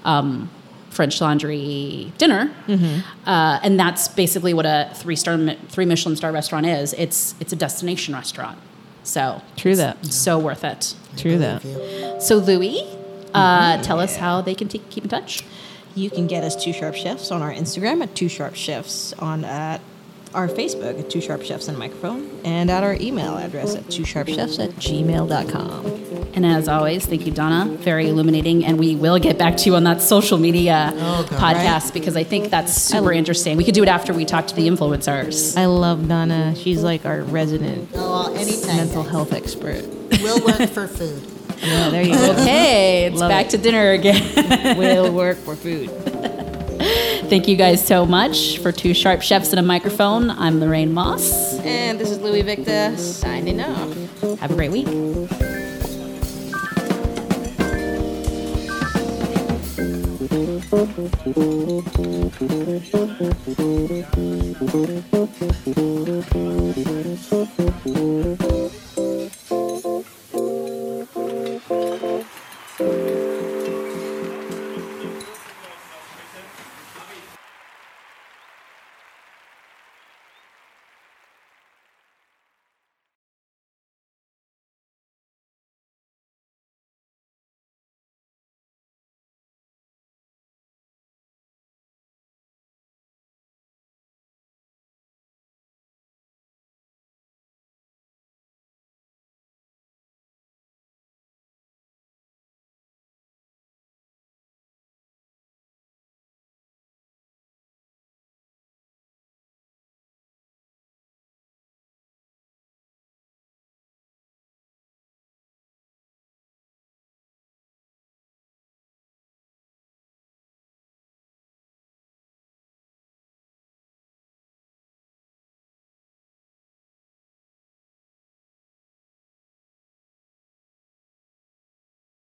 A: um, French Laundry dinner,
B: Mm-hmm.
A: uh, and that's basically what a three star, Mi- three Michelin star restaurant is. It's it's a destination restaurant, so
B: True that.
A: so worth it.
B: True that.
C: Thank you.
A: So Louis,
B: Mm-hmm.
A: Uh, Tell us how they can t- keep in touch.
B: You can get us Two Sharp Chefs on our Instagram at Two Sharp Chefs, on uh, our Facebook at Two Sharp Chefs and Microphone, and at our email address at Two Sharp Chefs at gmail.com.
A: And as always, thank you, Donna. Very illuminating. And we will get back to you on that social media
C: God.
A: podcast because I think that's super interesting. We could do it after we talk to the influencers.
B: I love Donna. She's like our resident
C: Oh, well, anytime.
B: mental health expert.
C: We'll work for food.
B: Yeah, Oh, there you go.
A: Okay, it's
B: Love
A: back
B: it.
A: to dinner again.
B: we'll work for food.
A: thank you guys so much for two sharp chefs and a microphone. I'm Lorraine Moss.
B: And this is Louis Victor signing off.
A: Have a great week.